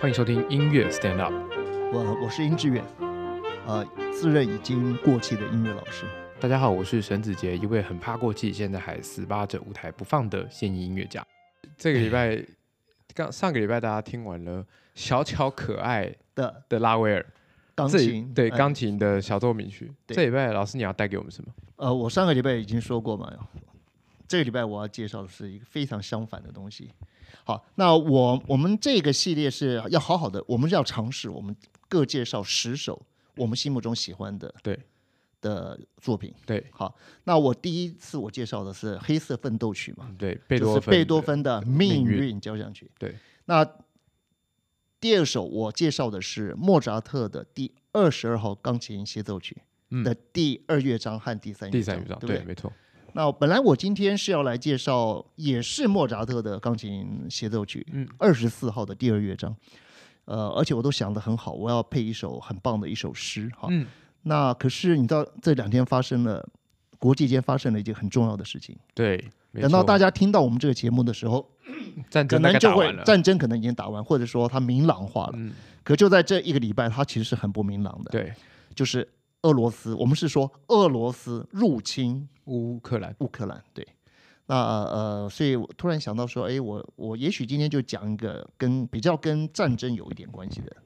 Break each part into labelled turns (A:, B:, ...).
A: 欢迎收听音乐 Stand Up。
B: 我我是殷志远，呃，自认已经过气的音乐老师。
A: 大家好，我是沈子杰，一位很怕过气，现在还死扒着舞台不放的现役音乐家。这个礼
B: 哎
A: 拜，刚上个礼拜大家听完了小巧可爱
B: 的
A: 的拉威尔，
B: 钢
A: 这
B: 琴
A: 对
B: 呃
A: 钢琴的小奏鸣曲。
B: 对
A: 这礼拜老师你要带给我们什么？
B: 呃，我上个礼拜已经说过嘛，这个礼拜我要介绍的是一个非常相反的东西。好，那我我们这个系列是要好好的，我们是要尝试，我们各介绍十首我们心目中喜欢的
A: 对
B: 的作品。
A: 对
B: 好，那我第一次我介绍的是《黑色奋斗曲》嘛，
A: 嗯对，贝多
B: 就
A: 芬
B: 是
A: 的，
B: 贝多芬的《命
A: 命运
B: 运交响曲》。
A: 对，
B: 那第二首我介绍的是莫扎特的第二十二号钢琴协奏曲
A: 嗯
B: 的第二乐章和第三
A: 第
B: 乐章，
A: 三乐章，
B: 对不
A: 对，没错，
B: 那本来我今天是要来介绍也是莫扎特的钢琴协奏曲，
A: 嗯，
B: 二十四号的第二乐章。呃，而且我都想得很好，我要配一首很棒的一首诗哈。
A: 嗯，
B: 那可是你知道这两天发生了，国际间发生了一件很重要的事情。
A: 对。没
B: 等到
A: 错
B: 大家听到我们这个节目的时候，
A: 战
B: 可
A: 争大
B: 能
A: 概
B: 就
A: 打
B: 会
A: 完了，
B: 战争可能已经打完，或者说它明朗化了。
A: 嗯
B: 可就在这一个礼拜，它其实是很不明朗的。
A: 对，
B: 就是俄罗斯，我们是说俄罗斯入侵
A: 乌克兰，
B: 乌克兰，对。那呃，所以我突然想到说，哎，我我也许今天就讲一个跟比较跟战争有一点关系的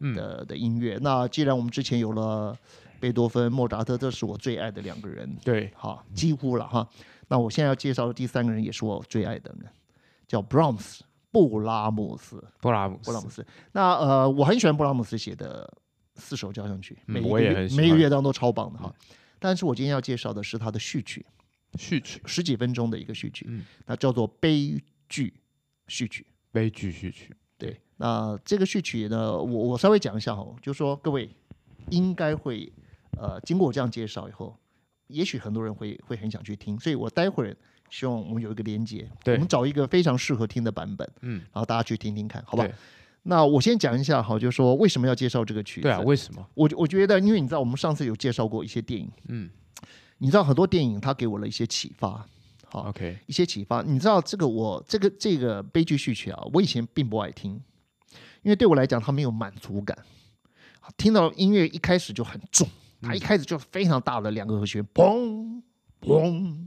A: 嗯，
B: 的的音乐。那既然我们之前有了贝多芬、莫扎特，这是我最爱的两个人，
A: 对，
B: 哈，几乎了哈。那我现在要介绍的第三个人也是我最爱的人，叫 Brahms 布拉姆斯。
A: 布拉姆斯，
B: 布拉姆斯。那呃，我很喜欢布拉姆斯写的四首交响曲，
A: 嗯
B: 每一个
A: 我也
B: 乐
A: 很喜欢嗯
B: 每一个乐章都超棒的哈。但是我今天要介绍的是他的序曲，
A: 序曲，
B: 十几分钟的一个序曲，
A: 嗯
B: 那叫做悲剧序曲。
A: 悲剧序曲，
B: 对，那这个序曲呢，我我稍微讲一下哈，就说各位应该会呃，经过我这样介绍以后，也许很多人会会很想去听，所以我待会儿希望我们有一个连接，
A: 对
B: 我们找一个非常适合听的版本，
A: 嗯，
B: 然后大家去听听看，好吧
A: 对？
B: 那我先讲一下哈，就是说为什么要介绍这个曲子？
A: 对啊，为什么？
B: 我我觉得，因为你知道，我们上次有介绍过一些电影，
A: 嗯
B: 你知道很多电影它给我了一些启发，好，
A: ，OK，
B: 一些启发。你知道这个我这个这个悲剧序曲啊，我以前并不爱听，因为对我来讲它没有满足感。听到音乐一开始就很重，它一开始就非常大的两个和弦，砰砰，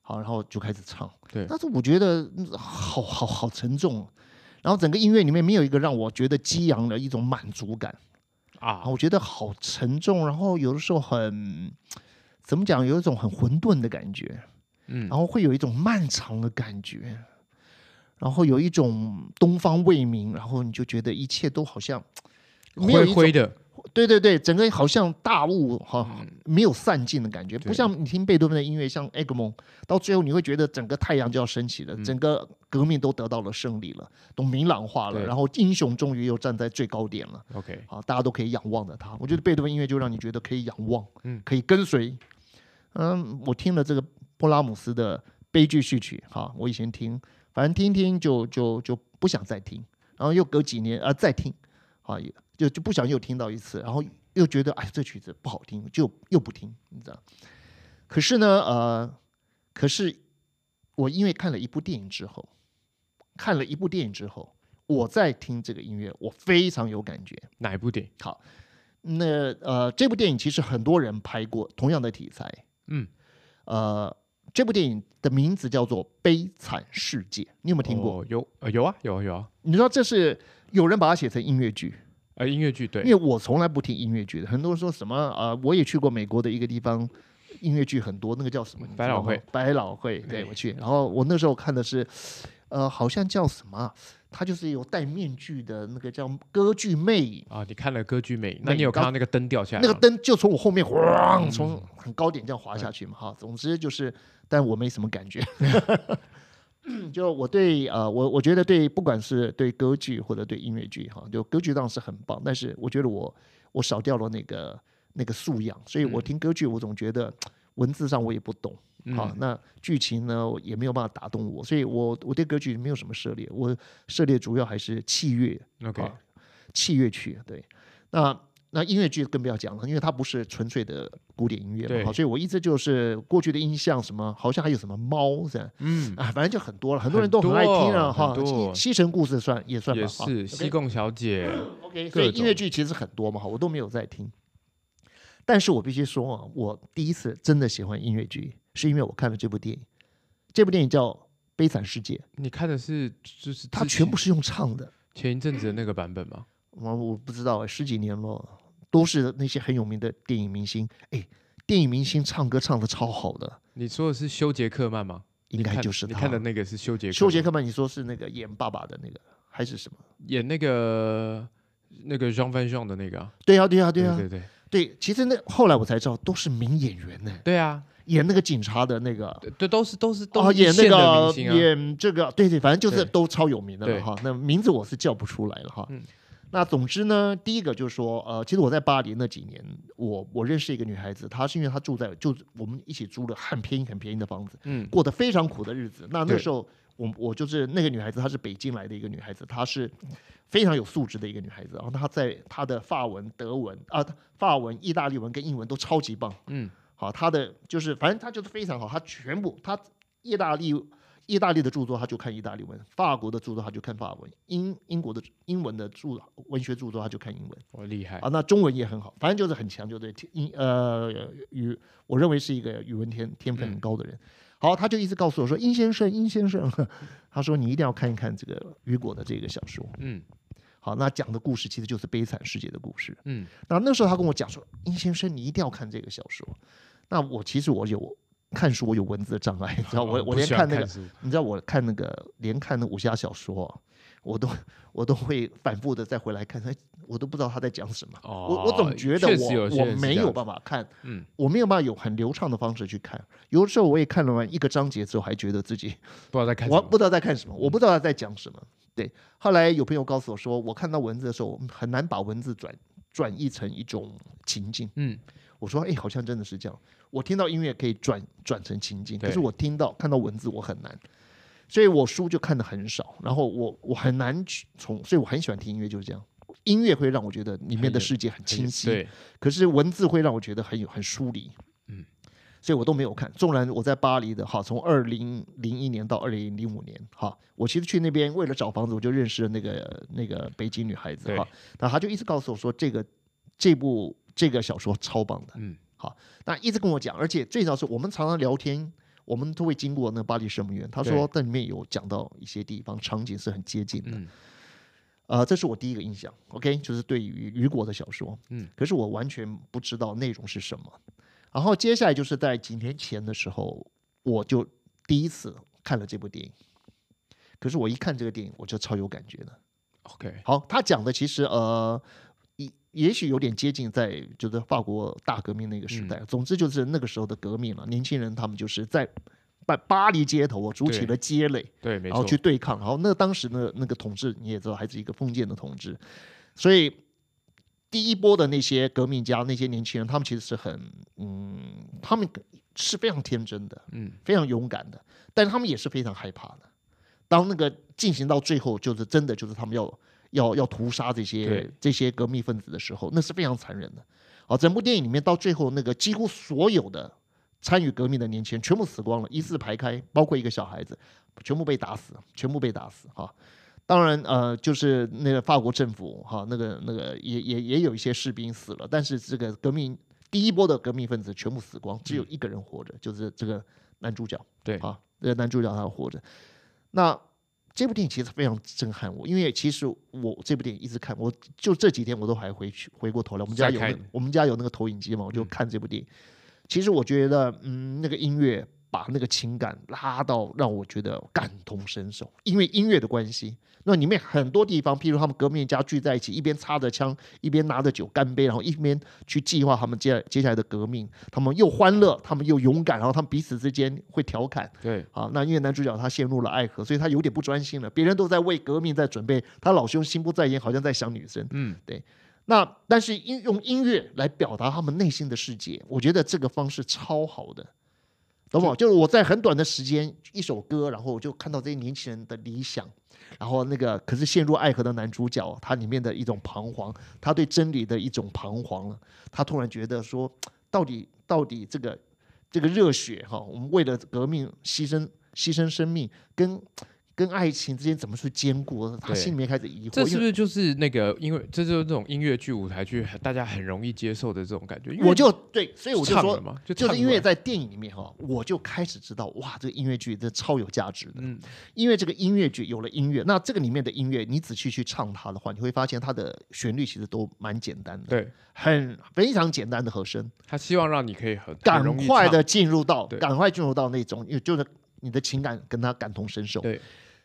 B: 好，然后就开始唱。
A: 对
B: 但是我觉得嗯好好好沉重、啊，然后整个音乐里面没有一个让我觉得激昂的一种满足感。
A: 啊
B: 啊，，我觉得好沉重，然后有的时候很怎么讲，有一种很混沌的感觉，
A: 嗯
B: 然后会有一种漫长的感觉，然后有一种东方未明，然后你就觉得一切都好像没有
A: 灰
B: 一
A: 灰
B: 种
A: 的，
B: 对对对，整个好像大雾哈、没有散尽的感觉，不
A: 嗯对
B: 像你听贝多芬的音乐，像《埃格蒙》，到最后你会觉得整个太阳就要升起了，
A: 嗯
B: 整个革命都得到了胜利了，都明朗化了，
A: 对
B: 然后英雄终于又站在最高点了。
A: OK，
B: 啊，大家都可以仰望着他。我觉得贝多芬音乐就让你觉得可以仰望，
A: 嗯
B: 可以跟随。嗯，我听了这个布拉姆斯的悲剧序曲，哈、我以前听，反正听一听就就就不想再听，然后又隔几年啊、呃再听，啊，也就就不想又听到一次，然后又觉得哎这曲子不好听，就又不听，你知道？可是呢，呃，可是我因为看了一部电影之后，看了一部电影之后，我在听这个音乐，我非常有感觉。
A: 哪一部电影？
B: 好，那呃，这部电影其实很多人拍过同样的题材，
A: 嗯，
B: 呃，这部电影的名字叫做《悲惨世界》，你有没有听过？
A: 哦？有呃有啊有啊有啊，
B: 你知道这是有人把它写成音乐剧，
A: 呃音乐剧对
B: 因，为我从来不听音乐剧的。很多人说什么呃，我也去过美国的一个地方。音乐剧很多，那个叫什么？你知道
A: 百老
B: 吗
A: 汇。
B: 百老汇，对我去。然后我那时候看的是，呃，好像叫什么啊？它就是有戴面具的那个叫歌剧魅影。
A: 啊，你看了歌剧魅影，那
B: 美
A: 你有
B: 到
A: 看到那个灯掉下来
B: 那
A: 吗？
B: 个灯就从我后面咣从很高点这样滑下去嘛，哈。总之就是，但我没什么感觉。 就我对呃，我我觉得对，不管是对歌剧或者对音乐剧哈，就歌剧当然是很棒，但是我觉得我我少掉了那个那个素养，所以我听歌剧我总觉得文字上我也不懂，
A: 嗯
B: 好，那剧情呢我也没有办法打动我，所以我我对歌剧没有什么涉猎，我涉猎主要还是器乐
A: OK，
B: 啊器乐曲，对。那那音乐剧更不要讲了，因为它不是纯粹的古典音乐
A: 对
B: 嘛，好，所以我一直就是过去的音像什么，好像还有什么猫这样
A: 嗯，
B: 啊，反正就很多了，很
A: 多
B: 多人都很爱听了哈。
A: 很多
B: 西西城故事算也算吧，
A: 也
B: 哈
A: 是西贡小姐，
B: OK，
A: 各
B: 所以音乐
A: 种
B: 剧其实很多嘛，哈我都没有在听。但是我必须说啊，我第一次真的喜欢音乐剧，是因为我看了这部电影，这部电影叫《悲惨世界》，
A: 你看的是就是
B: 它
A: 之
B: 全部
A: 前
B: 是用唱的。
A: 前一阵子的那个版本吗？
B: 我我不知道哎，十几年了，都是那些很有名的电影明星。哎，电影明星唱歌唱的超好的，
A: 你说的是修杰克曼吗？
B: 应该
A: 看
B: 就是
A: 你
B: 他。
A: 看的那个是修杰克，
B: 修杰克曼，你说是那个演爸爸的那个还是什么？
A: 演那个那个 Jean Van j o n 的那个啊，
B: 对呀、对呀、对呀、
A: 对对
B: 对。其实那后来我才知道，都是名演员呢，
A: 对啊，
B: 演那个警察的那个。
A: 对，都是都是都
B: 哦，
A: 是一
B: 演那
A: 线的
B: 个
A: 明星啊，
B: 演这个，对对，反正就是
A: 对
B: 都超有名的
A: 对
B: 了哈。那名字我是叫不出来了哈。
A: 嗯
B: 那总之呢，第一个就是说，呃，其实我在巴黎那几年，我我认识一个女孩子，她是因为她住在就我们一起租了很便宜很便宜的房子，
A: 嗯
B: 过得非常苦的日子。那那
A: 对
B: 时候我我就是那个女孩子，她是北京来的一个女孩子，她是非常有素质的一个女孩子。然后她在她的法文、德文啊、法文、意大利文跟英文都超级棒。
A: 嗯，
B: 好，他的就是反正他就是非常好，他全部他意大利意大利的著作他就看意大利文，法国的著作他就看法文，英英国的英文的著文学著作他就看英文
A: 我厉害，
B: 啊，那中文也很好，反正就是很强，就对英呃语，我认为是一个语文天天分很高的人。好，他就一直告诉我说：“殷先生，殷先生， 他说你一定要看一看这个雨果的这个小说。
A: 嗯
B: 好，那讲的故事其实就是悲惨世界的故事。
A: 嗯，
B: 那那时候他跟我讲说，殷先生，你一定要看这个小说。那我其实我有看书，我有文字的障碍，你知道，我
A: 哦不
B: 我连
A: 喜欢
B: 看那个，
A: 书
B: 你知道，我看那个连看那武侠小说哦，我都我都会反复的再回来看，哎我都不知道他在讲什么。
A: 哦，
B: 我我总觉得
A: 确实
B: 我
A: 有些
B: 我
A: 人是
B: 没
A: 这
B: 有
A: 样
B: 办法看，
A: 子，嗯，
B: 我没有办法有很流畅的方式去看。有的时候我也看了完一个章节之后，还觉得自己
A: 不知道在看什
B: 我
A: 么，嗯
B: 不知道在看什么，我不知道他在讲什么。对，后来有朋友告诉我说，我看到文字的时候，很难把文字转转译成一种情境。
A: 嗯，
B: 我说，哎，好像真的是这样。我听到音乐可以转转成情境，
A: 对
B: 可是我听到看到文字我很难，所以我书就看的很少，然后我我很难去从，所以我很喜欢听音乐，就是这样。音乐会让我觉得里面的世界很清晰，
A: 对，
B: 可是文字会让我觉得很有很疏离，
A: 嗯，
B: 所以我都没有看。纵然我在巴黎的哈，从二零零一年到二零零五年哈，我其实去那边为了找房子，我就认识了那个那个北京女孩子
A: 对
B: 哈，那她就一直告诉我说这个这部这个小说超棒的，
A: 嗯，
B: 那一直跟我讲，而且最早是我们常常聊天。我们都会经过那巴黎圣母院，她说在里面有讲到一些地方场景是很接近的，
A: 嗯
B: 呃，这是我第一个印象。OK，就是对于雨果的小说，
A: 嗯，
B: 可是我完全不知道内容是什么。然后接下来就是在几年前的时候，我就第一次看了这部电影。可是我一看这个电影，我就超有感觉的。
A: ，OK，
B: 好，他讲的其实呃，也也许有点接近在就是法国大革命那个
A: 嗯
B: 时代。总之就是那个时候的革命了，年轻人他们就是在巴巴黎街头哦，筑起
A: 对
B: 了街垒。
A: 对，没
B: 然后
A: 错，
B: 去对抗。然后那当时的那个统治，你也知道，还是一个封建的统治，所以第一波的那些革命家、那些年轻人，他们其实是很嗯，他们是非常天真的，
A: 嗯，
B: 非常勇敢的，但他们也是非常害怕的。当那个进行到最后，就是真的就是他们要要要屠杀这些
A: 对
B: 这些革命分子的时候，那是非常残忍的。好，整部电影里面到最后，那个几乎所有的参与革命的年轻人全部死光了，一字排开，包括一个小孩子，全部被打死，全部被打死哈。当然，呃，就是那个法国政府哈，那个那个也也也有一些士兵死了，但是这个革命第一波的革命分子全部死光，只有一个人活着，就是这个男主角。
A: 对
B: 啊，这个男主角他活着。那这部电影其实非常震撼我，因为其实我这部电影一直看，我就这几天我都还回去回过头来，我们家
A: 再
B: 有那
A: 看
B: 个我们家有那个投影机嘛，我就
A: 嗯
B: 看这部电影。其实我觉得，嗯，那个音乐把那个情感拉到让我觉得感同身受，因为音乐的关系。那里面很多地方，譬如他们革命家聚在一起，一边擦着枪，一边拿着酒干杯，然后一边去计划他们接接下来的革命。他们又欢乐，他们又勇敢，然后他们彼此之间会调侃。
A: 对，
B: 啊，那因为男主角他陷入了爱河，所以他有点不专心了。别人都在为革命在准备，他老兄心不在焉，好像在想女生。
A: 嗯，
B: 那但是音用音乐来表达他们内心的世界，我觉得这个方式超好的。懂不？就是我在很短的时间，一首歌，然后我就看到这些年轻人的理想，然后那个可是陷入爱河的男主角，他里面的一种彷徨，他对真理的一种彷徨了，他突然觉得说，到底到底这个这个热血哈，我们为了革命牺牲牺牲生命，跟跟爱情之间怎么去兼顾？他
A: 对
B: 心里面开始疑惑，
A: 这
B: 因
A: 是
B: 为
A: 不是就是那个？因为这就是那种音乐剧、舞台剧，大家很容易接受的这种感觉。因为
B: 我就对，所以我就
A: 唱
B: 说
A: 了，嘛，就
B: 就是因
A: 唱
B: 为
A: 了
B: 在电影里面哈，我就开始知道哇，这个音乐剧这超有价值的。
A: 嗯，
B: 因为这个音乐剧有了音乐，那这个里面的音乐，你仔细去唱它的话，你会发现它的旋律其实都蛮简单的，
A: 对
B: 很非常简单的和声，
A: 他希望让你可以很很
B: 赶
A: 容易
B: 快
A: 唱
B: 的进入到，
A: 对
B: 赶快进入到那种，也就是你的情感跟它感同身受。
A: 对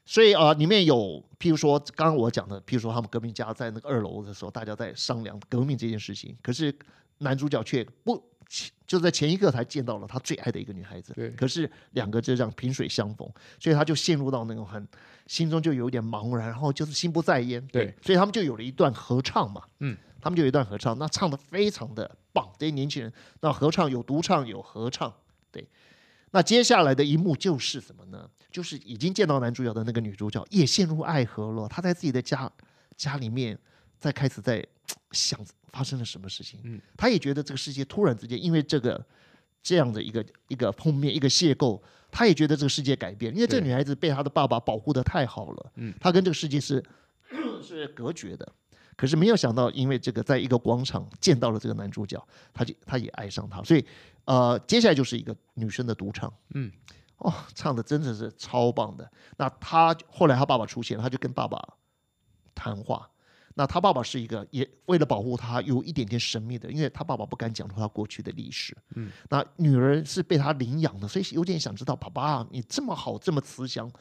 B: 所以啊、呃里面有，譬如说刚刚我讲的，譬如说他们革命家在那个二楼的时候，大家在商量革命这件事情，可是男主角却不。就在前一刻才见到了他最爱的一个女孩子，
A: 对
B: 可是两个就这样萍水相逢，所以他就陷入到那种很心中就有点茫然，然后就是心不在焉。
A: 对，
B: 所以他们就有了一段合唱嘛，
A: 嗯，
B: 他们就有一段合唱，那唱的非常的棒，这些年轻人，那合唱有独唱有合唱，对。那接下来的一幕就是什么呢？就是已经见到男主角的那个女主角也陷入爱河了，她在自己的家家里面在开始在想发生了什么事情，
A: 嗯，
B: 她也觉得这个世界突然之间因为这个这样的一个一个碰面一个邂逅，她也觉得这个世界改变，因为这个
A: 对
B: 女孩子被她的爸爸保护的太好了，
A: 嗯，
B: 她跟这个世界是 是隔绝的。可是没有想到，因为这个，在一个广场见到了这个男主角，她就她也爱上他，所以呃，接下来就是一个女生的独唱，
A: 嗯，
B: 哦，唱的真的是超棒的。那她后来她爸爸出现，她就跟爸爸谈话。那她爸爸是一个也为了保护她，有一点点神秘的，因为她爸爸不敢讲出她过去的历史。
A: 嗯，
B: 那女儿是被他领养的，所以有点想知道爸爸你这么好，这么慈祥，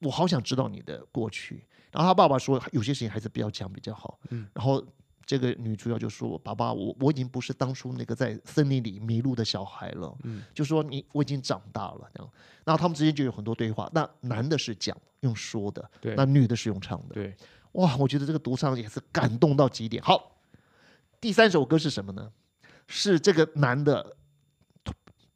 B: 我好想知道你的过去。然后他爸爸说，有些事情还是不要讲比较好。
A: 嗯，
B: 然后这个女主角就说：“爸爸，我我已经不是当初那个在森林里迷路的小孩了。”
A: 嗯，
B: 就说你我已经长大了这样。然后他们之间就有很多对话。那男的是讲用说的，
A: 对
B: 那女的是用唱的。
A: 对，
B: 哇，我觉得这个独唱也是感动到极点。好，第三首歌是什么呢？是这个男的，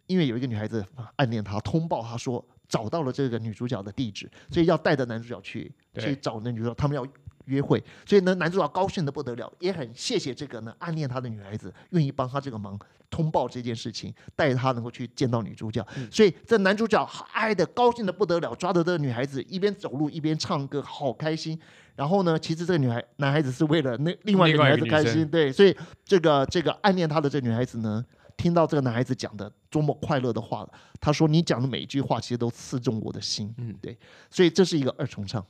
B: 因为有一个女孩子啊暗恋他，通报他说找到了这个女主角的地址，所以要带着男主角去
A: 对
B: 去找那女主角，他们要约会。所以呢，男主角高兴的不得了，也很谢谢这个呢暗恋他的女孩子愿意帮他这个忙，通报这件事情，带他能够去见到女主角。
A: 嗯
B: 所以这男主角爱的高兴的不得了，抓着这个女孩子一边走路一边唱歌，好开心。然后呢，其实这个女孩男孩子是为了那另外一个
A: 另外
B: 女孩
A: 一
B: 子
A: 个
B: 开
A: 女生
B: 心，对，所以这个这个暗恋他的这个女孩子呢，听到这个男孩子讲的多么快乐的话，她说你讲的每一句话其实都刺中我的心，
A: 嗯
B: 所以这是一个二重唱，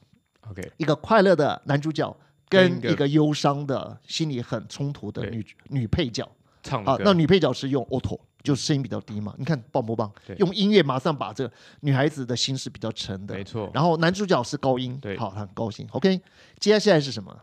A: ，OK，
B: 一个快乐的男主角
A: 跟
B: 跟
A: 一个
B: 一个忧伤的心里很冲突的
A: 对嗯
B: 女女配角。
A: 唱了
B: 好，
A: 歌
B: 啊那女配角是用 auto，就是声音比较低嘛，你看棒不棒
A: 对？
B: 用音乐马上把这女孩子的心是比较沉的
A: 没，错，
B: 然后男主角是高音，
A: 对
B: 好，他很高兴。OK，接下来是什么？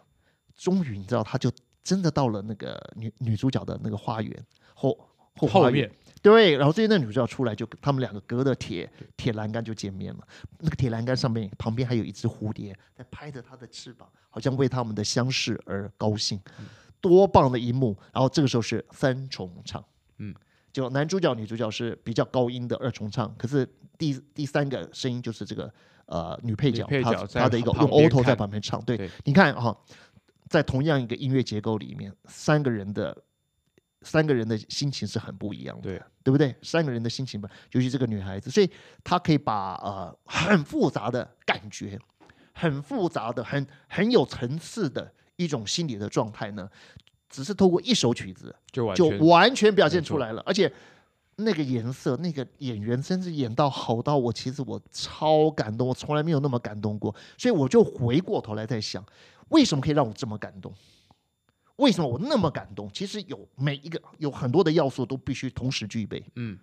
B: 终于你知道，他就真的到了那个女女主角的那个花园后后花
A: 后
B: 园，
A: 面
B: 对，然后最近那女主角出来就他们两个隔着铁铁栏杆就见面了。那个铁栏杆上面旁边还有一只蝴蝶在拍着它的翅膀，好像为他们的相识而高兴，
A: 嗯
B: 多棒的一幕！然后这个时候是三重唱，
A: 嗯，
B: 就男主角女主角是比较高音的二重唱，可是第第三个声音就是这个呃女配角，
A: 女配角
B: 她
A: 在
B: 她的一个
A: 旁
B: 用
A: 边
B: auto 在
A: 看
B: 旁边唱，对
A: 对，
B: 你看哈、在同样一个音乐结构里面，三个人的三个人的心情是很不一样的，
A: 对
B: 对不对？三个人的心情吧，尤其这个女孩子，所以她可以把呃很复杂的感觉，很复杂的、很很有层次的一种心理的状态呢，只是透过一首曲子
A: 就完
B: 就
A: 全
B: 完全表现
A: 没错
B: 出来了，而且。那个颜色，那个演员，甚至演到好到我，其实我超感动，我从来没有那么感动过，所以我就回过头来在想，为什么可以让我这么感动？为什么我那么感动？其实有每一个有很多的要素都必须同时具备。
A: 嗯，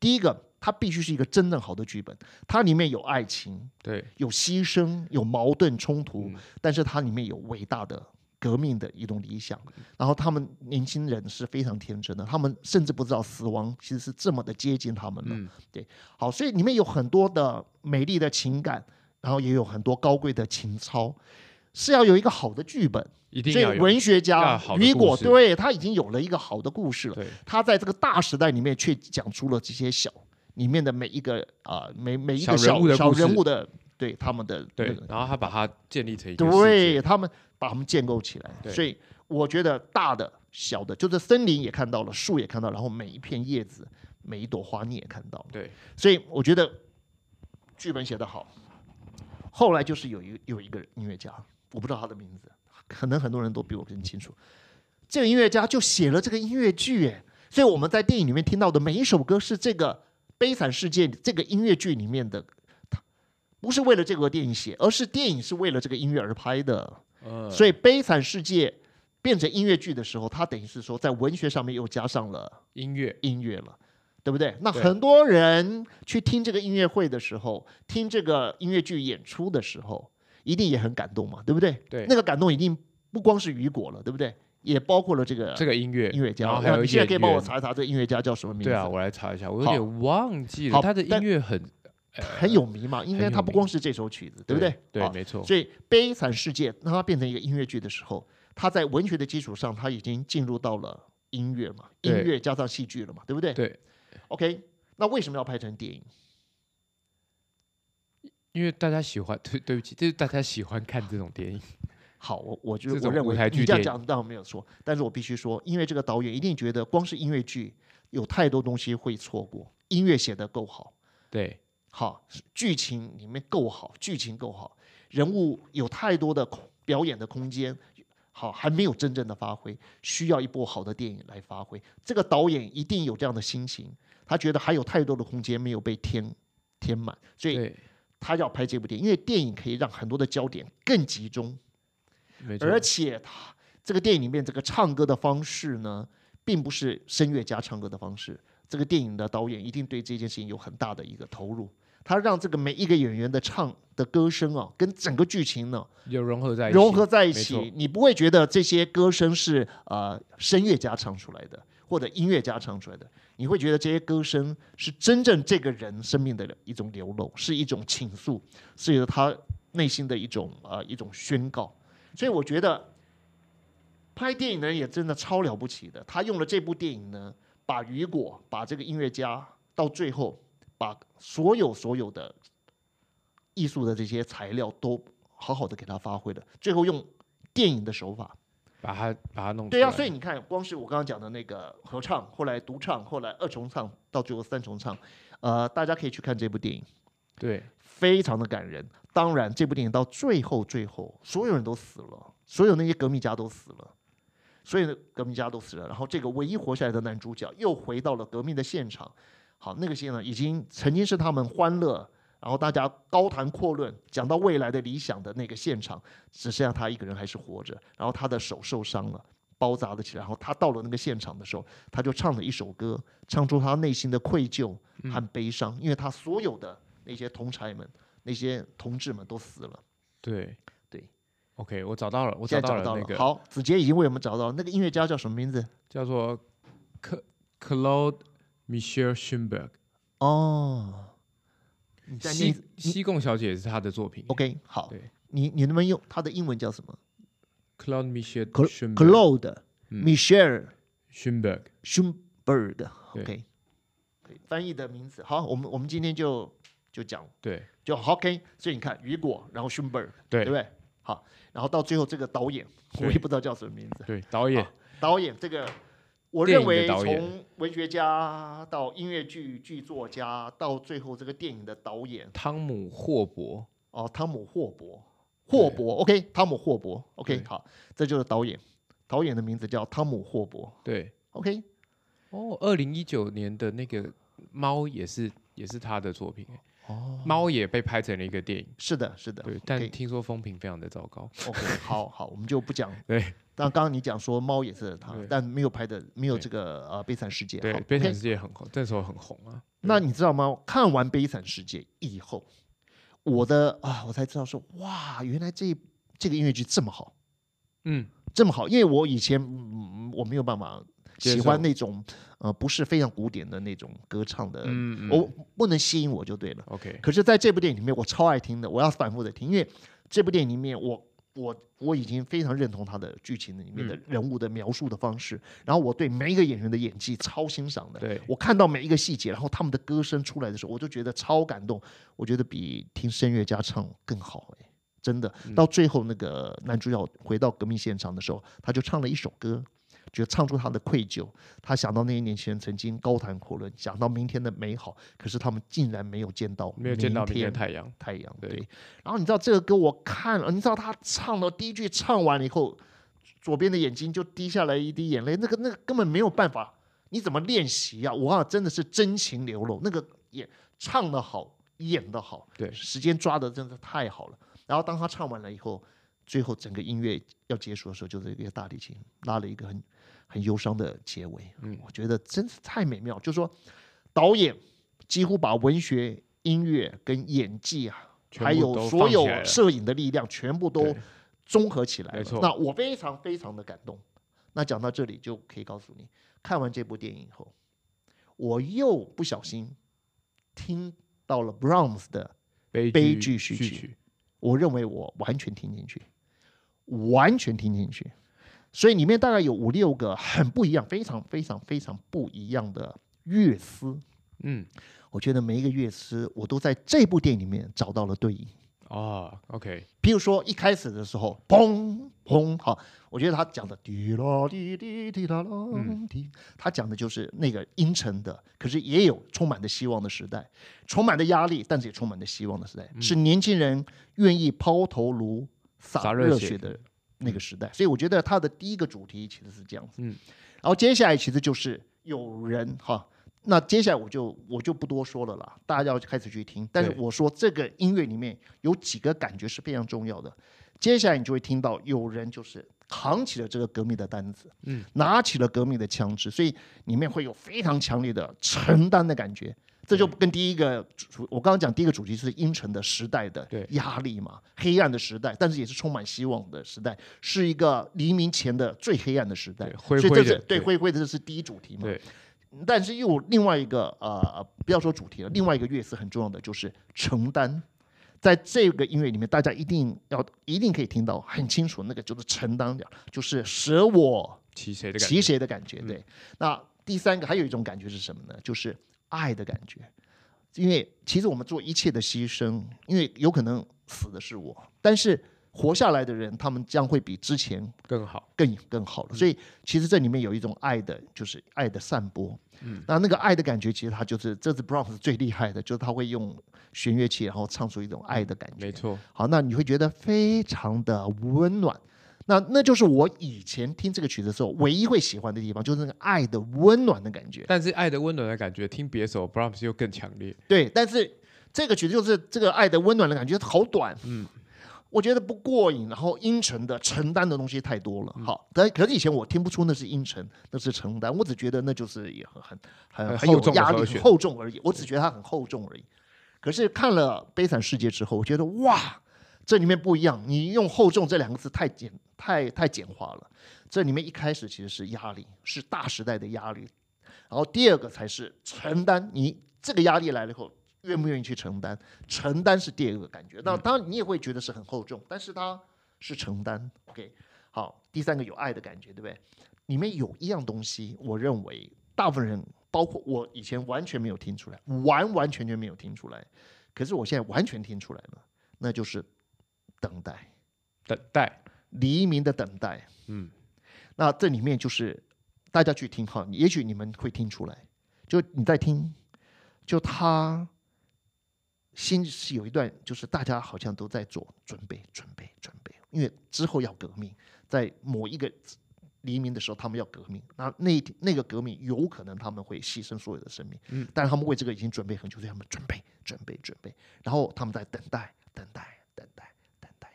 B: 第一个，它必须是一个真正好的剧本，它里面有爱情、
A: 对，
B: 有牺牲、有矛盾冲突，
A: 嗯
B: 但是它里面有伟大的革命的一种理想。
A: 嗯
B: 然后他们年轻人是非常天真的，他们甚至不知道死亡其实是这么的接近他们了。
A: 嗯，
B: 好，所以里面有很多的美丽的情感，然后也有很多高贵的情操，是要有一个好的剧本。
A: 一定
B: 所以
A: 要有
B: 文学
A: 要有
B: 家
A: 好的
B: 雨
A: 故
B: 果
A: 事
B: 对他已经有了一个好的故事了。
A: 对
B: 他在这个大时代里面却讲出了这些小里面的每一个啊、每每一
A: 小
B: 个
A: 人
B: 小
A: 物的
B: 小
A: 故事
B: 人物的对他们的那
A: 对
B: 个，
A: 然后他把它建立成一个世界
B: 对他们把他们建构起来，
A: 对
B: 所以我觉得大的、小的，就是森林也看到了，树也看到，然后每一片叶子、每一朵花你也看到了，
A: 对，
B: 所以我觉得剧本写得好。后来就是有一有一个音乐家，我不知道他的名字，可能很多人都比我更清楚。这个音乐家就写了这个音乐剧，哎，所以我们在电影里面听到的每一首歌是这个《悲惨世界》这个音乐剧里面的，它不是为了这个电影写，而是电影是为了这个音乐而拍的。
A: 嗯，
B: 所
A: 以
B: 以《悲惨世界》变成音乐剧的时候，它等于是说在文学上面又加上了。
A: 音乐
B: 音乐了，对不对？那
A: 对
B: 很多人去听这个音乐会的时候，听这个音乐剧演出的时候，一定也很感动嘛，对不对？
A: 对
B: 那个感动一定不光是雨果了，对不对？也包括了这个
A: 这个音乐
B: 音乐家。
A: 然后还有
B: 那
A: 一
B: 你
A: 些
B: 现在可以帮我查一查这个音乐家叫什么名字？
A: 对啊，我来查一下，我有
B: 好
A: 点忘记了，
B: 好
A: 他的音
B: 但
A: 乐很
B: 很有名嘛，应
A: 呃
B: 该
A: 很有
B: 他不
A: 名
B: 光是这首曲子，对不
A: 对？
B: 好
A: 没错，
B: 所以《悲惨世界》当它变成一个音乐剧的时候，它在文学的基础上，它已经进入到了音乐嘛，音
A: 对
B: 乐加上戏剧了嘛，对不对？
A: 对。
B: OK，那为什么要拍成电影？
A: 因为大家喜欢， 对对不起，就是大家喜欢看这种电影，
B: 好，我我觉
A: 这
B: 得我
A: 种
B: 认
A: 舞
B: 为
A: 台剧
B: 你这样
A: 电
B: 讲倒没有错，但是我必须说，因为这个导演一定觉得光是音乐剧有太多东西会错过，音乐写得够好，
A: 对
B: 好剧情里面够好，剧情够好，人物有太多的空表演的空间，好还没有真正的发挥，需要一部好的电影来发挥。这个导演一定有这样的心情，他觉得还有太多的空间没有被填填满，所以
A: 对，
B: 他要拍这部电影，因为电影可以让很多的焦点更集中。
A: 没错
B: 而，且他这个电影里面这个唱歌的方式呢，并不是声乐家唱歌的方式。这个电影的导演一定对这件事情有很大的一个投入，他让这个每一个演员的唱的歌声啊，跟整个剧情呢
A: 有融合在一起，
B: 融合在一
A: 没
B: 起
A: 错，
B: 你不会觉得这些歌声是呃声乐家唱出来的，或者音乐家唱出来的，你会觉得这些歌声是真正这个人生命的一种流露，是一种倾诉，是他内心的一种呃一种宣告。所以我觉得拍电影的人也真的超了不起的，他用了这部电影呢，把雨果，把这个音乐家，到最后把所有所有的艺术的这些材料都好好的给他发挥了，最后用电影的手法。
A: 把它把它弄出
B: 对呀、
A: 来，
B: 所以你看，光是我刚刚讲的那个合唱，后来独唱，后来二重唱，到最后三重唱，呃，大家可以去看这部电影，
A: 对
B: 非常的感人。当然，这部电影到最后最后，所有人都死了，所有那些革命家都死了，所有的革命家都死了。然后这个唯一活下来的男主角又回到了革命的现场。好，那个现场已经曾经是他们欢乐，然后大家高谈阔论，讲到未来的理想的那个现场，只剩下他一个人还是活着。然后他的手受伤了。包扎了起来，然后他到了那个现场的时候，他就唱了一首歌，唱出他内心的愧疚和悲伤，因为他所有的那些同才们、那些同志们都死了。
A: 对
B: 对
A: ，OK，我找到了，我
B: 现在
A: 到
B: 找
A: 了
B: 到
A: 那个
B: 好，子杰已经为我们找到了那个音乐家叫什么名字？
A: 叫做克 Claude Michel Schumberg，
B: 哦，你哦在那
A: 西西贡小姐也是他的作品
B: OK 好
A: 对，
B: 你你能不能用他的英文叫什么
A: Claude Michel Schumberg
B: ？Claude
A: 嗯
B: Michel
A: Schumberg，
B: Schumberg
A: 对
B: OK，可以翻译的名字。好，我们我们今天就就讲
A: 对
B: 就 OK，所以你看雨果，然后 Schumberg。
A: 对
B: 对不对？好，然后到最后这个导演，我
A: 对
B: 也不知道叫什么名字。
A: 对，导演
B: 好导演这个，我
A: 电
B: 认
A: 影的
B: 为
A: 导演
B: 从文学家到音乐剧剧作家，到最后这个电影的导演
A: 汤姆霍伯，
B: 哦，汤姆霍伯，霍伯，OK，汤姆霍伯，OK，
A: 对
B: 好，这就是导演，导演的名字叫汤姆霍伯
A: 对，
B: ，OK，
A: 哦，二零一九年的那个猫也是也是他的作品，欸
B: 哦，
A: 猫也被拍成了一个电影，
B: 是的，是的
A: 对，但
B: ，OK
A: 听说风评非常的糟糕，
B: ，OK，好好，我们就不讲。
A: 对
B: 但刚刚你讲说猫也是他
A: 对，
B: 但没有拍的，没有
A: 对
B: 这个呃悲惨世界，
A: 对
B: 好，
A: 悲
B: OK
A: 惨世界很红，这时候很红啊，
B: 那你知道吗？看完《悲惨世界》以后，我的啊，我才知道说，哇，原来这这个音乐剧这么好，
A: 嗯，
B: 这么好。因为我以前、嗯、我没有办法
A: 接
B: 喜
A: 受
B: 欢那种呃不是非常古典的那种歌唱的，
A: 嗯嗯
B: 我不能吸引我就对了。
A: OK，
B: 可是在这部电影里面，我超爱听的，我要反复的听，因为这部电影里面我我我已经非常认同他的剧情里
A: 嗯
B: 面的人物的描述的方式，然后我对每一个演员的演技超欣赏的。
A: 对，
B: 我看到每一个细节，然后他们的歌声出来的时候，我就觉得超感动。我觉得比听声乐家唱更好哎、真的。
A: 嗯
B: 到最后那个男主角回到革命现场的时候，他就唱了一首歌，觉得唱出他的愧疚。他想到那些年轻人曾经高谈阔论，想到明天的美好，可是他们竟然没有见到
A: 没有见到明天
B: 天
A: 的太阳，
B: 太阳。
A: 对
B: 对，然后你知道这个歌我看了，你知道他唱了第一句唱完了以后，左边的眼睛就滴下来一滴眼泪，那个那个根本没有办法，你怎么练习呀、我啊真的是真情流露，那个演唱的好，演的好，
A: 对
B: 时间抓的真的太好了。然后当他唱完了以后，最后整个音乐要结束的时候，就是一个大提琴拉了一个很很忧伤的结尾。
A: 嗯
B: 我觉得真是太美妙，就是说导演几乎把文学、音乐跟演技啊，
A: 全部
B: 还有
A: 都
B: 所
A: 放起
B: 有
A: 来了
B: 摄影的力量全部都
A: 对
B: 综合起来了
A: 没错
B: 那我非常非常的感动。那讲到这里就可以告诉你，看完这部电影以后，我又不小心听到了 Brahms 的
A: 悲
B: 悲
A: 剧
B: 剧序曲
A: 曲，
B: 我认为我完全听进去，完全听进去。所以里面大概有五六个很不一样，非常非常非常不一样的乐思。
A: 嗯，
B: 我觉得每一个乐思，我都在这部电影里面找到了对应。
A: 哦，OK，
B: 比如说一开始的时候，砰砰，好，我觉得他讲的滴啦滴滴滴啦啦滴，他讲的就是那个阴沉的，可是也有充满着希望的时代，充满着压力，但是也充满着希望的时代，是年轻人愿意抛头颅
A: 洒
B: 洒
A: 热
B: 热
A: 血
B: 血的那个时代。所以我觉得他的第一个主题其实是这样子。
A: 嗯
B: 然后接下来其实就是有人哈。那接下来我就我就不多说了啦，大家要开始去听。但是
A: 对
B: 我说这个音乐里面有几个感觉是非常重要的。接下来你就会听到有人就是扛起了这个革命的担子，
A: 嗯，
B: 拿起了革命的枪支，所以里面会有非常强烈的承担的感觉。这就跟第一个主，我刚刚讲第一个主题是阴沉的时代的
A: 对
B: 压力嘛，黑暗的时代，但是也是充满希望的时代，是一个黎明前的最黑暗的时代
A: 对。灰
B: 所以
A: 灰
B: 这是
A: 的
B: 对
A: 对
B: 灰灰的，这是第一主题嘛。
A: 对，
B: 但是又有另外一个呃，不要说主题了，另外一个乐思很重要的就是承担。在这个音乐里面，大家一定要一定可以听到很清楚，那个就是承担的，就是舍我
A: 骑谁的感
B: 其
A: 觉？
B: 谁的感
A: 嗯
B: 觉。对，那第三个还有一种感觉是什么呢？就是爱的感觉。因为其实我们做一切的牺牲，因为有可能死的是我，但是活下来的人，他们将会比之前
A: 更好，
B: 更更好了。所以其实这里面有一种爱的，就是爱的散播。嗯，那那个爱的感觉，其实他就是这是 Brahms 最厉害的，就是他会用弦乐器，然后唱出一种爱的感觉。
A: 没错，
B: 好，那你会觉得非常的温暖。那那就是我以前听这个曲子的时候，唯一会喜欢的地方，就是那个爱的温暖的感觉。
A: 但是爱的温暖的感觉，听别首 Brahms 又更强烈，
B: 对，但是这个曲子就是这个爱的温暖的感觉好短，
A: 嗯，
B: 我觉得不过瘾，然后阴沉的承担的东西太多了。
A: 嗯
B: 好，但可是以前我听不出那是阴沉，那是承担，我只觉得那就是也很很
A: 很
B: 很很有
A: 厚重的
B: 压力，
A: 和
B: 很
A: 弦嗯
B: 厚重而已，我只觉得它很厚重而已。可是看了《悲惨世界》之后，我觉得哇，这里面不一样。你用“厚重”这两个字太简太太简化了。这里面一开始其实是压力，是大时代的压力，然后第二个才是承担。你这个压力来了以后，愿不愿意去承担？承担是第二个感觉。那当然你也会觉得是很厚重，但是它是承担。OK，好，第三个有爱的感觉，对不对？里面有一样东西，我认为大部分人，包括我以前完全没有听出来，完完全全没有听出来，可是我现在完全听出来了，那就是等待。
A: 等待，
B: 黎明的等待。
A: 嗯，
B: 那这里面就是大家去听哈，也许你们会听出来，就你在听，就他先是有一段，就是大家好像都在做准备、准备、准备，因为之后要革命，在某一个。黎明的时候，他们要革命，那那一那个革命有可能他们会牺牲所有的生命，
A: 嗯，
B: 但是他们为这个已经准备很久，所以他们准备、准备、准备，然后他们在等待、等待、等待、等待，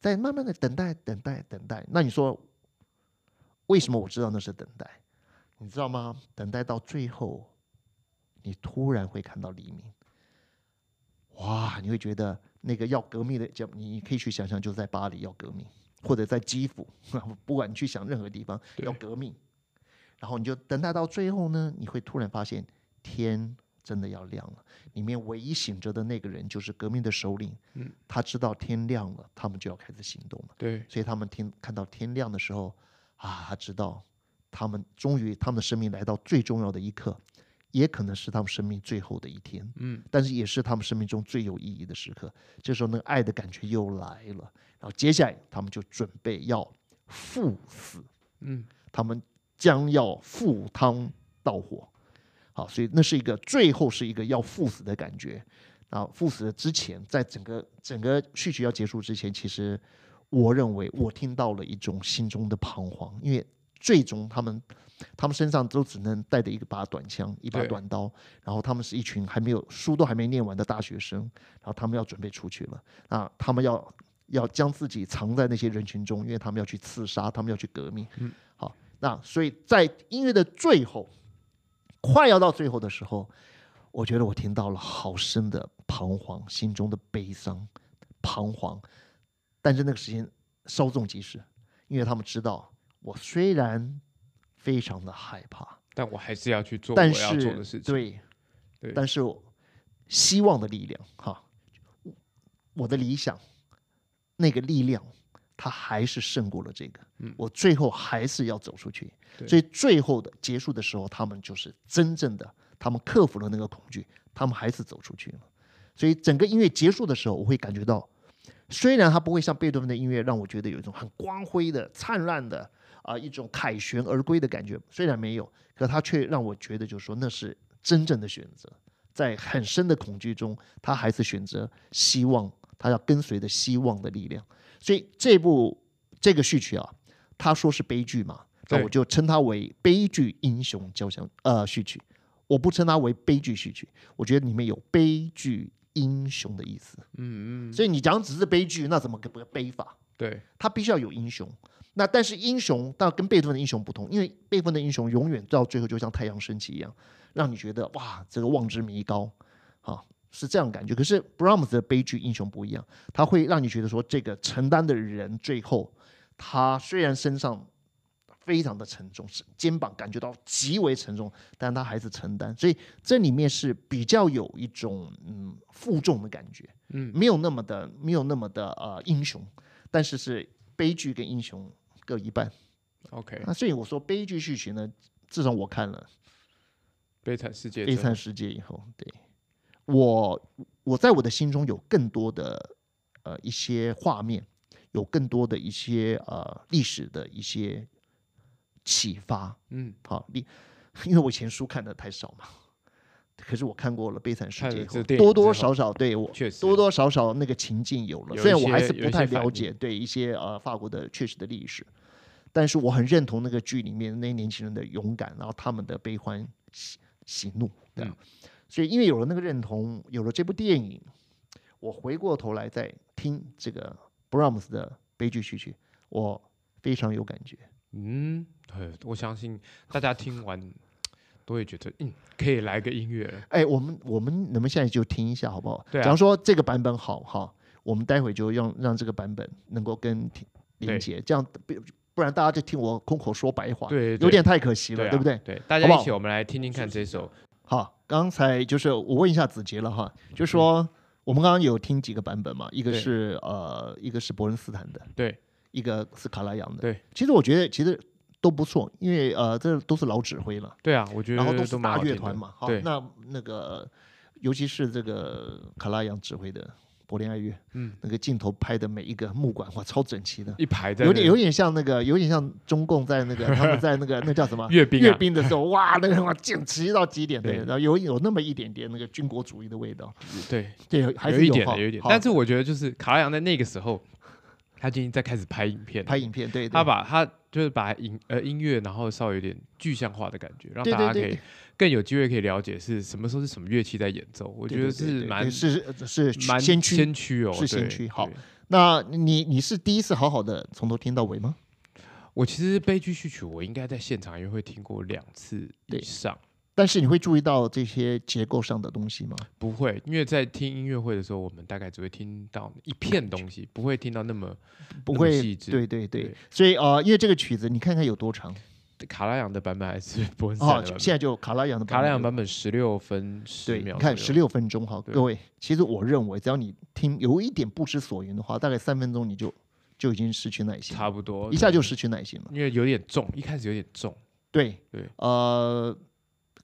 B: 在慢慢的等待、等待、等待。那你说，为什么我知道那是等待？你知道吗？等待到最后，你突然会看到黎明，哇！你会觉得那个要革命的节目，你你可以去想象，就在巴黎要革命，或者在基辅， 不管你去想任何地方
A: 对
B: 要革命，然后你就等待到最后呢，你会突然发现天真的要亮了。里面唯一醒着的那个人就是革命的首领，
A: 嗯，
B: 他知道天亮了，他们就要开始行动了。
A: 对，
B: 所以他们听看到天亮的时候，啊，他知道他们终于他们的生命来到最重要的一刻，也可能是他们生命最后的一天。
A: 嗯，
B: 但是也是他们生命中最有意义的时刻。这时候，那个爱的感觉又来了。然后接下来，他们就准备要赴死，
A: 嗯，
B: 他们将要赴汤蹈火。好，所以那是一个最后是一个要赴死的感觉。啊，赴死的之前，在整个整个序曲要结束之前，其实我认为我听到了一种心中的彷徨，因为最终他们他们身上都只能带着一把短枪、一把
A: 对
B: 短刀，然后他们是一群还没有书都还没念完的大学生，然后他们要准备出去了，啊，他们要要将自己藏在那些人群中，因为他们要去刺杀，他们要去革命。
A: 嗯，
B: 好，那所以在音乐的最后，快要到最后的时候，我觉得我听到了好深的彷徨，心中的悲伤、彷徨，但是那个时间稍纵即逝，因为他们知道我虽然非常的害怕，
A: 但我还是要去做我
B: 但
A: 要
B: 是
A: 做的事情。
B: 对，
A: 对
B: 但是我希望的力量，哈，我的理想，那个力量，它还是胜过了这个。
A: 嗯
B: 我最后还是要走出去。
A: 对
B: 所以最后的结束的时候，他们就是真正的，他们克服了那个恐惧，他们还是走出去了。所以整个音乐结束的时候，我会感觉到，虽然它不会像贝多芬的音乐让我觉得有一种很光辉的、灿烂的啊、一种凯旋而归的感觉，虽然没有，可它却让我觉得就是说那是真正的选择，在很深的恐惧中，他还是选择希望，他要跟随着希望的力量。所以这部这个序曲啊，他说是悲剧嘛，那
A: 对
B: 我就称它为悲剧英雄交响呃序曲，我不称它为悲剧序曲，我觉得里面有悲剧英雄的意思。
A: 嗯嗯，
B: 所以你讲只是悲剧，那怎么个不悲法？
A: 对
B: 他必须要有英雄。那但是英雄，但跟贝多芬的英雄不同，因为贝多芬的英雄永远到最后就像太阳升起一样，让你觉得哇，这个望之弥高啊，是这样的感觉。可是 Brahms 的悲剧英雄不一样，他会让你觉得说，这个承担的人最后，他虽然身上非常的沉重，是肩膀感觉到极为沉重，但他还是承担。所以这里面是比较有一种嗯负重的感觉，
A: 嗯，
B: 没有那么的没有那么的呃英雄。但是是悲剧跟英雄各一半。
A: ，OK，
B: 那所以我说悲剧序曲呢，至少我看了
A: 悲惨世界
B: 《
A: 真
B: 悲惨世界》以后，对我我在我的心中有更多的呃一些画面，有更多的一些呃历史的一些启发。
A: 嗯，
B: 好，历因为我以前书看的太少嘛。可是我看过了《悲惨世
A: 看
B: 界
A: 了》这
B: 以后，
A: 电影
B: 多多
A: 之后
B: 少少对我
A: 确实
B: 多多少少那个情境有
A: 有
B: 了，
A: 一
B: 虽然我还
A: 些
B: 是
A: 有
B: 不
A: 一
B: 太
A: 些反
B: 了
A: 应
B: 解对一些呃法国的确实的历史，但是我很认同那个剧里面那些年轻人的勇敢，然后他们的悲欢喜喜怒，对、啊
A: 嗯
B: 所以因为有了那个认同，有了这部电影，我回过头来再听这个 Brahms 的悲剧序曲，我非常有感觉。
A: 嗯，对，我相信大家听完都会觉得，嗯，可以来个音乐了。
B: 哎，我们我们能不能现在就听一下好不好？
A: 对啊
B: 假如说这个版本好哈，我们待会就用让这个版本能够跟听连
A: 对
B: 接，这样不不然大家就听我空口说白话，
A: 对对
B: 有点太可惜了，
A: 对啊
B: 不对？
A: 对，大
B: 好
A: 家
B: 不
A: 一
B: 好
A: 起，我们来听听看这首。
B: 好，刚才就是我问一下子杰了哈，就说我们刚刚有听几个版本嘛，一个
A: 嗯对
B: 是呃，一个是伯恩斯坦的，
A: 对，
B: 一个是卡拉扬的，
A: 对。
B: 其实我觉得其实都不错，因为呃，这都是老指挥了。
A: 对啊，我觉得
B: 然后都是
A: 蛮
B: 大
A: 好
B: 乐
A: 听
B: 团
A: 的
B: 嘛，好，
A: 对，
B: 那那个尤其是这个卡拉扬指挥的柏林爱乐，
A: 嗯，
B: 那个镜头拍的每一个木管哇，超整齐的，
A: 一排在
B: 有
A: 那
B: 点有点像那个，有点像中共 在那个他们在那个那叫什么？
A: 阅兵
B: 阅
A: 啊，
B: 兵的时候，哇，那个哇，整齐到极点，对，
A: 对
B: 然后有有那么一点点那个军国主义的味道，
A: 对，
B: 对，还
A: 有
B: 是
A: 一点
B: 哈
A: 的，有一点。
B: 好
A: 但是我觉得就是卡拉扬在那个时候，他就已经在开始拍影片了，
B: 拍影片，对，对
A: 他把他就是把音呃音乐，然后稍微有点具象化的感觉，让
B: 对
A: 大
B: 对
A: 家可
B: 对
A: 以更有机会可以了解是什么时候是什么乐器在演奏。我
B: 对
A: 觉得
B: 对对对
A: 是
B: 对
A: 蛮
B: 是是
A: 蛮
B: 先驱。
A: 先驱哦，
B: 是先
A: 对
B: 驱好，
A: 对
B: 那你你是第一次好好的从头听到尾吗？
A: 我其实悲剧序曲我应该在现场约会听过两次
B: 对
A: 以上，
B: 但是你会注意到这些结构上的东西吗？
A: 不会，因为在听音乐会的时候，我们大概只会听到一片东西，不会听到那么
B: 不
A: 那么
B: 会
A: 细致
B: 对对对
A: 对，
B: 所以呃，因为这个曲子你看看有多长，
A: 卡拉扬的版本还是 伯恩斯坦
B: 哦
A: 的版，本？
B: 现在就卡拉扬的
A: 卡拉扬
B: 本
A: 版本十六分十
B: 对，你
A: 秒左右，
B: 看十六分钟哈，
A: 对
B: 各位，其实我认为只要你听有一点不知所云的话，大概三分钟你就就已经失去耐心了，
A: 差不多
B: 一下就失去耐心了。
A: 因为有点重，一开始有点重，
B: 对
A: 对，
B: 呃，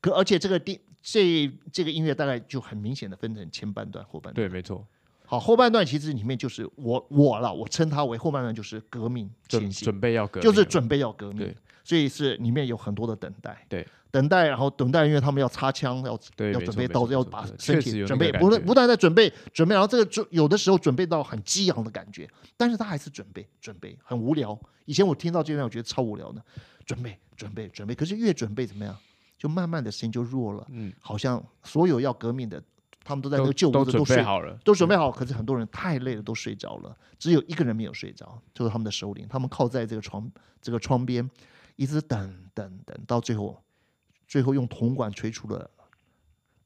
B: 可而且这个第这这个音乐大概就很明显的分成前半段、后半段。
A: 对，没错，
B: 好，后半段其实里面就是我我了，我称它为后半段就是革命
A: 准
B: 前夕，
A: 准备要革命
B: 就
A: 了，
B: 是准备要革命
A: 对，
B: 所以是里面有很多的等待，
A: 对，
B: 等待，然后等待，因为他们要插枪，要
A: 对，
B: 要
A: 没
B: 准
A: 错
B: 备
A: 没
B: 到
A: 错
B: 要
A: 没错
B: 把
A: 对
B: 身
A: 确实
B: 体
A: 有
B: 准
A: 那
B: 备，
A: 个
B: 不
A: 感
B: 断
A: 觉
B: 不断在准备准备，然后这个准有的时候准备到很激昂的感觉，但是他还是准备准备，很无聊。以前我听到这段，我觉得超无聊的，准备准备准备，可是越准备怎么样，就慢慢的声音就弱了，
A: 嗯，
B: 好像所有要革命的，他们都在那
A: 都
B: 个旧屋
A: 都
B: 子
A: 准
B: 都
A: 备
B: 睡。
A: 好了，
B: 都准备好，可是很多人太累了，都睡着了。只有一个人没有睡着，就是他们的首领。他们靠在这个床这个窗边，一直等等等，到最后，最后用铜管吹出了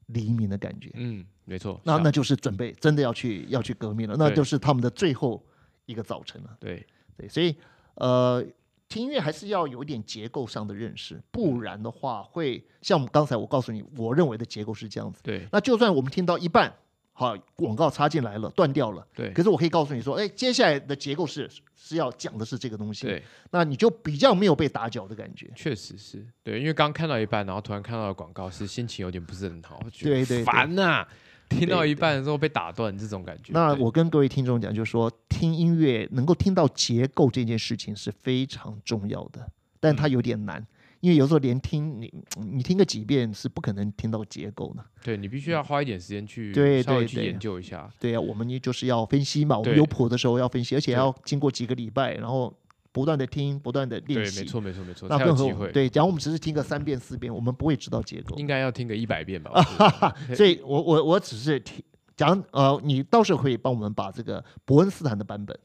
B: 黎明的感觉。
A: 嗯，没错，
B: 那
A: 像
B: 那就是准备真的要去要去革命了，那
A: 对
B: 就是他们的最后一个早晨了。
A: 对
B: 对，所以呃，听音乐还是要有一点结构上的认识，不然的话会像我们刚才我告诉你，我认为的结构是这样子。
A: 对
B: 那就算我们听到一半，好广告插进来了，断掉了，
A: 对
B: 可是我可以告诉你说，哎，接下来的结构是是要讲的是这个东西，
A: 对，
B: 那你就比较没有被打搅的感觉。
A: 确实是对，因为刚看到一半，然后突然看到了广告，是心情有点不是很好，我觉得
B: 对对对
A: 烦呐、听到
B: 对
A: 一
B: 对
A: 半的时候被打断，这种感觉。
B: 那
A: 对
B: 我跟各位听众讲，就是说听音乐能够听到结构这件事情是非常重要的，但
A: 嗯
B: 它有点难，因为有时候连听你你听个几遍是不可能听到结构的。
A: 对你必须要花一点时间去
B: 对
A: 稍微
B: 对
A: 去
B: 对
A: 研究一下，
B: 对呀、我们也就是要分析嘛，我们
A: 对
B: 有谱的时候要分析，而且
A: 对
B: 要经过几个礼拜，然后不断的听，不断的
A: 对，
B: 练
A: 没
B: 习。
A: 错没错没错，
B: 那
A: 才有
B: 更
A: 机
B: 何
A: 会。
B: 对，假如我们只是听个三遍四遍，我们不会知道结构。
A: 应该要听个一百遍
B: 啊
A: 吧，我觉得
B: 所以我我我只是提讲呃，你到时候可以帮我们把这个伯恩斯坦的版本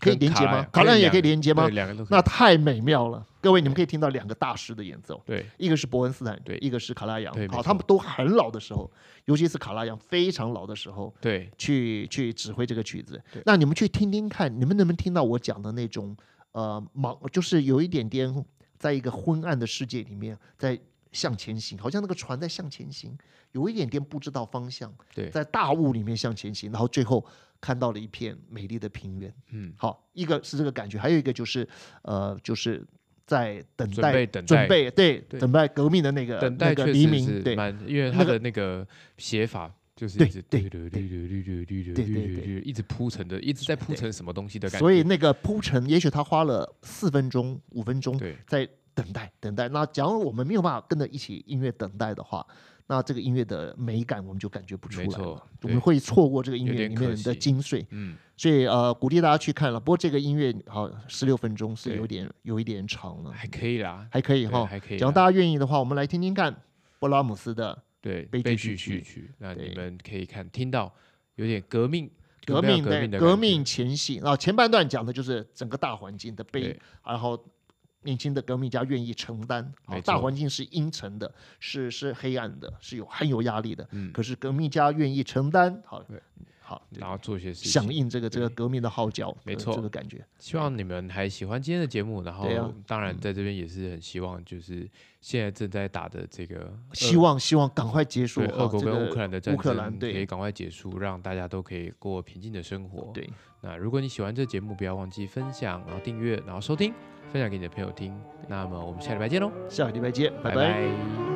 B: 可以
A: 跟
B: 连接
A: 卡拉
B: 吗
A: 扬？
B: 卡拉扬也
A: 两
B: 可以
A: 个
B: 连接吗
A: 对？两个都可以
B: 那太美妙了，各位，你们可以听到两个大师的演奏，
A: 对
B: 一个是伯恩斯坦，
A: 对
B: 一个是卡拉扬
A: 对，没错
B: 好，他们都很老的时候，尤其是卡拉扬非常老的时候，
A: 对
B: 去去指挥这个曲子
A: 对。
B: 那你们去听听看，你们能不能听到我讲的那种呃茫，就是有一点点在一个昏暗的世界里面在向前行，好像那个船在向前行，有一点点不知道方向，
A: 对
B: 在大雾里面向前行，然后最后看到了一片美丽的平原。
A: 嗯，
B: 好，一个是这个感觉，还有一个就是呃，就是。在等
A: 准
B: 待
A: 备，等待
B: 准备，对，
A: 对
B: 等待革命的那个
A: 等
B: 那
A: 待
B: 个
A: 确
B: 黎
A: 实
B: 明，
A: 是
B: 对，
A: 蛮，因为他
B: 那个
A: 的那个写法就是
B: 对
A: 一直
B: 对
A: 对对对对对对
B: 对对对
A: 一直铺陈的，一直在铺
B: 对
A: 陈什么东西的感觉。
B: 所以那个铺陈，也许他花了四分钟、五分钟
A: 对
B: 在等待、等待。那假如我们没有办法跟着一起音乐等待的话，那这个音乐的美感我们就感觉不出来
A: 没错
B: 了，我
A: 对
B: 们会错过这个音
A: 有
B: 乐
A: 点
B: 里面
A: 可
B: 的
A: 惜
B: 精髓。
A: 嗯，
B: 所以呃，鼓励大家去看了。不过这个音乐好十六分钟是
A: 对
B: 有点有一点长了，
A: 还可以啦，
B: 还可以
A: 对
B: 哈。
A: 还可以啊
B: 假
A: 啦。
B: 如大家愿意的话，我们来听听看布拉姆斯的
A: 对
B: 悲
A: 悲剧
B: 剧序
A: 序曲，那
B: 对
A: 你们可以看听到有点革命
B: 革
A: 准备要
B: 命
A: 革命的
B: 革
A: 感
B: 命
A: 觉
B: 前夕啊，前半段讲的就是整个大环境的悲
A: 对，
B: 然后年轻的革命家愿意承担，啊
A: 没
B: 大
A: 错
B: 环境是阴沉的，是是黑暗的，是有很有压力的，
A: 嗯
B: 可是革命家愿意承担，好
A: 对，
B: 好，
A: 然后做一些事
B: 响
A: 情。
B: 应这个这个革命的号角，
A: 没
B: 呃
A: 错
B: 这个感觉，
A: 希望你们还喜欢今天的节目，然后
B: 对啊
A: 当然在这边也是很希望，就是现在正在打的这个
B: 希望希望赶快结束
A: 对，
B: 哈
A: 俄国
B: 这
A: 跟
B: 个
A: 乌克兰的
B: 乌
A: 战
B: 克兰
A: 争可以
B: 对
A: 赶快结束，让大家都可以过平静的生活。
B: 对，
A: 那如果你喜欢这节目，不要忘记分享，然后订阅，然后收听，分享给你的朋友听。那么我们下礼拜见喽，
B: 下个礼拜见，拜
A: 拜